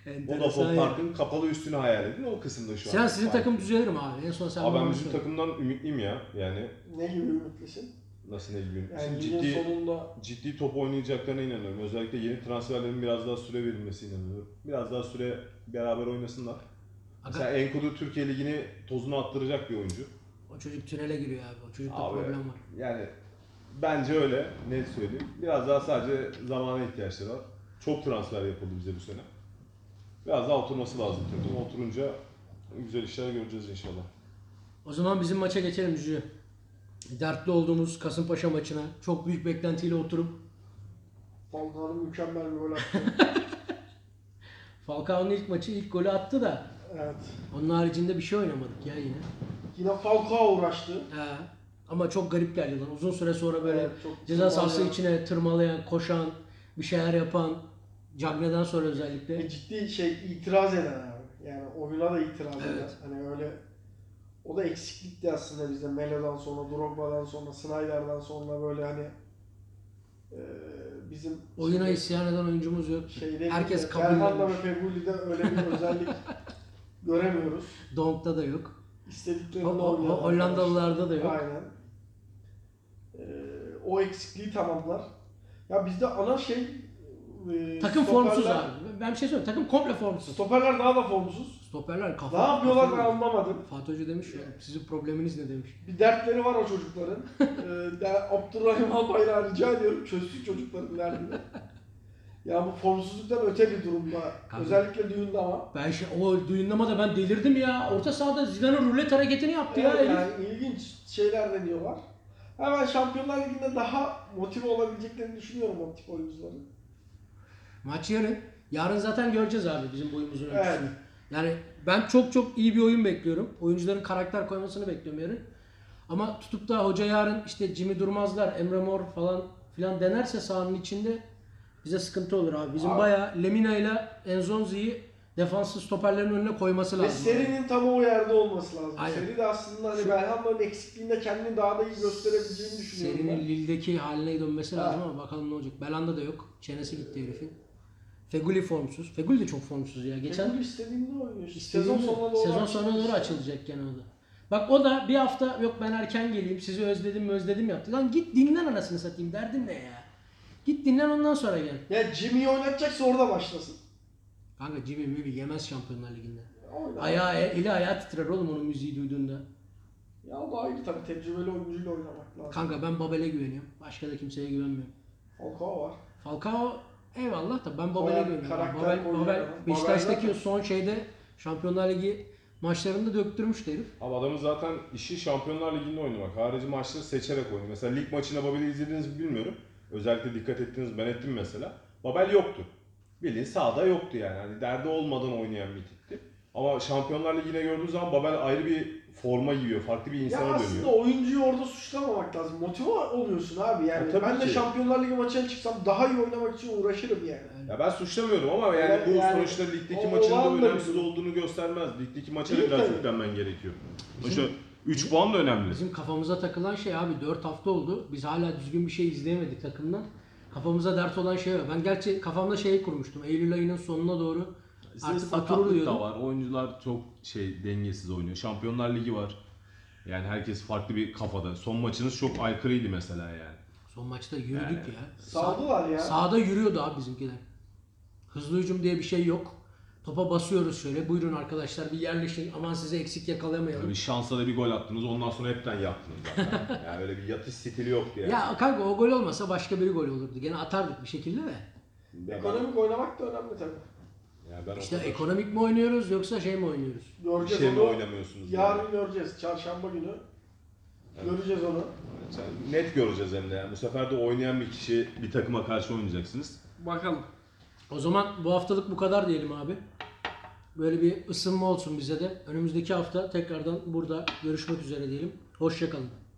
[SPEAKER 2] Enteresan
[SPEAKER 4] Vodafone
[SPEAKER 2] ya.
[SPEAKER 4] Park'ın kapalı üstünü hayal edin. O kısımda şu an.
[SPEAKER 2] Sen sizin takım düzelir mi abi? En son sen
[SPEAKER 4] Abi ben
[SPEAKER 2] bana
[SPEAKER 4] bizim
[SPEAKER 2] söyle.
[SPEAKER 4] takımdan ümitliyim ya. Yani
[SPEAKER 3] Ne gibi ümitlisin?
[SPEAKER 4] nasıl ne bileyim.
[SPEAKER 3] Yani
[SPEAKER 4] Şimdi
[SPEAKER 3] ligin
[SPEAKER 4] ciddi,
[SPEAKER 3] sonunda
[SPEAKER 4] ciddi top oynayacaklarına inanıyorum. Özellikle yeni transferlerin biraz daha süre verilmesi inanıyorum. Biraz daha süre beraber oynasınlar. Mesela Enkudu Türkiye Ligi'ni tozunu attıracak bir oyuncu.
[SPEAKER 2] O çocuk tünele giriyor abi. O çocukta
[SPEAKER 4] Abi,
[SPEAKER 2] problem var.
[SPEAKER 4] Yani bence öyle. Ne söyleyeyim. Biraz daha sadece zamana ihtiyaçları var. Çok transfer yapıldı bize bu sene. Biraz daha oturması lazım takım. Oturunca güzel işler göreceğiz inşallah.
[SPEAKER 2] O zaman bizim maça geçelim Cüce. Dertli olduğumuz Kasımpaşa maçına çok büyük beklentiyle oturup
[SPEAKER 3] Falcao'nun mükemmel bir gol attı.
[SPEAKER 2] Falcao'nun ilk maçı ilk golü attı da
[SPEAKER 3] evet.
[SPEAKER 2] onun haricinde bir şey oynamadık ya yine.
[SPEAKER 3] Yine Falcao uğraştı.
[SPEAKER 2] He. Ama çok garip geldi lan. Uzun süre sonra böyle
[SPEAKER 3] Evet, çok
[SPEAKER 2] ceza
[SPEAKER 3] tırmalayan.
[SPEAKER 2] sahası içine tırmalayan, koşan, bir şeyler yapan, Cagney'den sonra özellikle.
[SPEAKER 3] Ve ciddi şey itiraz eden abi. Yani oyuna da itiraz eden.
[SPEAKER 2] Evet.
[SPEAKER 3] Hani öyle o da eksiklikti aslında bizde. Melo'dan sonra, Drogba'dan sonra, Snyder'dan sonra böyle hani eee, bizim
[SPEAKER 2] Oyuna isyan eden oyuncumuz yok.
[SPEAKER 3] şeyde
[SPEAKER 2] herkes
[SPEAKER 3] gibi,
[SPEAKER 2] kabul
[SPEAKER 3] Belhanda ve
[SPEAKER 2] edilmiş.
[SPEAKER 3] Fegüli'de öyle bir özellik göremiyoruz.
[SPEAKER 2] Donk'ta da yok. Ho-
[SPEAKER 3] İstediklerini
[SPEAKER 2] Ho-
[SPEAKER 3] oynuyorlar.
[SPEAKER 2] Ho- Hollandalılarda da yok.
[SPEAKER 3] Aynen. Ee, o eksikliği tamamlar. Ya bizde ana şey e,
[SPEAKER 2] Takım
[SPEAKER 3] stoperler-
[SPEAKER 2] formsuz abi. Ben bir şey söyleyeyim. Takım komple formsuz.
[SPEAKER 3] Stoperler daha da formsuz.
[SPEAKER 2] Stoperler kafa.
[SPEAKER 3] Ne yapıyorlar ben
[SPEAKER 2] kafa-
[SPEAKER 3] anlamadım.
[SPEAKER 2] Fatih Hoca demiş ya sizin probleminiz ne demiş.
[SPEAKER 3] Bir dertleri var o çocukların. ee, de, Abdurrahim Albayrak'ı rica ediyorum çözsün çocukların derdini. ya bu formsuzluktan öte bir durumda.
[SPEAKER 2] Kanka.
[SPEAKER 3] Özellikle düğünde ama.
[SPEAKER 2] Ben şey, o duyunlamada ben delirdim ya. Orta sahada Zidane'ın rulet hareketini yaptı ya
[SPEAKER 3] Evet,
[SPEAKER 2] herif.
[SPEAKER 3] yani ilginç şeyler deniyorlar. Hemen Şampiyonlar Ligi'nde daha motive olabileceklerini düşünüyorum o tip oyuncuların.
[SPEAKER 2] Maç yarın. Yarın zaten göreceğiz abi bizim boyumuzun ölçüsünü.
[SPEAKER 3] Evet.
[SPEAKER 2] Yani ben çok çok iyi bir oyun bekliyorum. Oyuncuların karakter koymasını bekliyorum yarın. Ama tutup da hoca yarın işte Jimmy Durmazlar, Emre Mor falan filan denerse sahanın içinde bize sıkıntı olur abi. Bizim
[SPEAKER 3] Abi.
[SPEAKER 2] bayağı Lemina ile Enzonzi'yi defanslı stoperlerin önüne koyması
[SPEAKER 3] Ve
[SPEAKER 2] lazım. abi.
[SPEAKER 3] serinin tam o yerde olması lazım.
[SPEAKER 2] Aynen.
[SPEAKER 3] Seri de aslında hani
[SPEAKER 2] Şu-
[SPEAKER 3] Belhanda'nın eksikliğinde kendini daha da iyi gösterebileceğini düşünüyorum.
[SPEAKER 2] Serinin
[SPEAKER 3] ben.
[SPEAKER 2] Lille'deki haline dönmesi
[SPEAKER 3] Ha.
[SPEAKER 2] lazım ama bakalım ne olacak. Belanda da yok. Çenesi gitti herifin. Feguli formsuz. Feguli de çok formsuz ya. Geçen
[SPEAKER 3] Geçen istediğinde oynuyor.
[SPEAKER 2] İstediğin
[SPEAKER 3] sezon
[SPEAKER 2] mi?
[SPEAKER 3] sonuna doğru
[SPEAKER 2] sezon sonuna doğru açılacak gene o da. Bak o da bir hafta yok ben erken geleyim sizi özledim mi özledim yaptı. Lan git dinlen anasını satayım derdin ne ya? Git dinlen ondan sonra gel.
[SPEAKER 3] Ya Jimmy'yi oynatacaksa orada başlasın.
[SPEAKER 2] Kanka Jimmy Mübi yemez Şampiyonlar Ligi'nde.
[SPEAKER 3] Oynar.
[SPEAKER 2] Ayağı, e, eli ayağı titrer oğlum onun müziği duyduğunda.
[SPEAKER 3] Ya o da ayrı tabii tecrübeli oyuncuyla oynamak lazım.
[SPEAKER 2] Kanka ben Babel'e güveniyorum. Başka da kimseye güvenmiyorum.
[SPEAKER 3] Falcao var.
[SPEAKER 2] Falcao eyvallah da ben Babel'e
[SPEAKER 3] Bayağı
[SPEAKER 2] güveniyorum.
[SPEAKER 3] karakter
[SPEAKER 2] Babel,
[SPEAKER 3] koyuyor
[SPEAKER 2] Babel
[SPEAKER 3] ya.
[SPEAKER 2] Beşiktaş'taki
[SPEAKER 3] Babel
[SPEAKER 2] o son şeyde Şampiyonlar Ligi maçlarında döktürmüştü herif.
[SPEAKER 4] Abi adamın zaten işi Şampiyonlar Ligi'nde oynamak. Harici maçları seçerek oynuyor. Mesela lig maçını Babel'i izlediniz mi bilmiyorum. Özellikle dikkat ettiniz mi? ben ettim mesela. Babel yoktu. Bildiğin sahada yoktu yani. Hani derdi olmadan oynayan bir tipti. Ama Şampiyonlar Ligi'ne gördüğünüz zaman Babel ayrı bir forma giyiyor. Farklı bir
[SPEAKER 3] Ya
[SPEAKER 4] insana
[SPEAKER 3] aslında
[SPEAKER 4] dönüyor.
[SPEAKER 3] oyuncuyu orada suçlamamak lazım. Motive oluyorsun abi yani.
[SPEAKER 4] Ya tabii
[SPEAKER 3] ben de
[SPEAKER 4] ki.
[SPEAKER 3] Şampiyonlar Ligi maçına çıksam daha iyi oynamak için uğraşırım yani.
[SPEAKER 4] Ya ben suçlamıyorum ama yani,
[SPEAKER 3] Yani-
[SPEAKER 4] bu
[SPEAKER 3] yani
[SPEAKER 4] sonuçta ligdeki
[SPEAKER 3] o-
[SPEAKER 4] maçın da
[SPEAKER 3] olan da
[SPEAKER 4] önemsiz
[SPEAKER 3] bir-
[SPEAKER 4] olduğunu göstermez. Ligdeki maça da
[SPEAKER 3] Değil
[SPEAKER 4] biraz
[SPEAKER 3] tabii.
[SPEAKER 4] yüklenmen gerekiyor. Sonuçta 3 puan da önemli.
[SPEAKER 2] Bizim kafamıza takılan şey abi 4 hafta oldu. Biz hala düzgün bir şey izleyemedik takımdan. Kafamıza dert olan şey var. Ben gerçi kafamda şeyi kurmuştum. Eylül ayının sonuna doğru
[SPEAKER 4] Sizin
[SPEAKER 2] artık oturur
[SPEAKER 4] sakatlık da
[SPEAKER 2] diyordum.
[SPEAKER 4] var. Oyuncular çok şey dengesiz oynuyor. Şampiyonlar Ligi var. Yani herkes farklı bir kafada. Son maçınız çok aykırıydı mesela yani.
[SPEAKER 2] Son maçta yürüdük
[SPEAKER 4] Yani.
[SPEAKER 2] ya.
[SPEAKER 3] Saldılar ya.
[SPEAKER 2] Sağda yürüyordu abi bizimkiler. Hızlı hücum diye bir şey yok. Topa basıyoruz şöyle. Buyurun arkadaşlar bir yerleşin. Aman sizi eksik yakalayamayalım.
[SPEAKER 4] Tabii şansa da bir gol attınız. Ondan sonra hepten yattınız zaten. yani öyle bir yatış stili yoktu yani.
[SPEAKER 2] Ya kanka o gol olmasa başka bir gol olurdu. Gene atardık bir şekilde de.
[SPEAKER 4] Ya ben,
[SPEAKER 3] Ekonomik oynamak da önemli tabii.
[SPEAKER 4] ya ben o
[SPEAKER 2] İşte
[SPEAKER 4] kadar
[SPEAKER 2] ekonomik mi oynuyoruz yoksa şey mi oynuyoruz?
[SPEAKER 4] bir
[SPEAKER 3] Göreceğiz
[SPEAKER 4] şey mi
[SPEAKER 3] onu.
[SPEAKER 4] oynamıyorsunuz? yani?
[SPEAKER 3] Yarın göreceğiz. Çarşamba günü. Göreceğiz onu.
[SPEAKER 4] Yani Net göreceğiz hem de. Yani. Bu sefer de oynayan bir kişi bir takıma karşı oynayacaksınız.
[SPEAKER 3] Bakalım.
[SPEAKER 2] O zaman bu haftalık bu kadar diyelim abi. Böyle bir ısınma olsun bize de. Önümüzdeki hafta tekrardan burada görüşmek üzere diyelim. Hoşçakalın.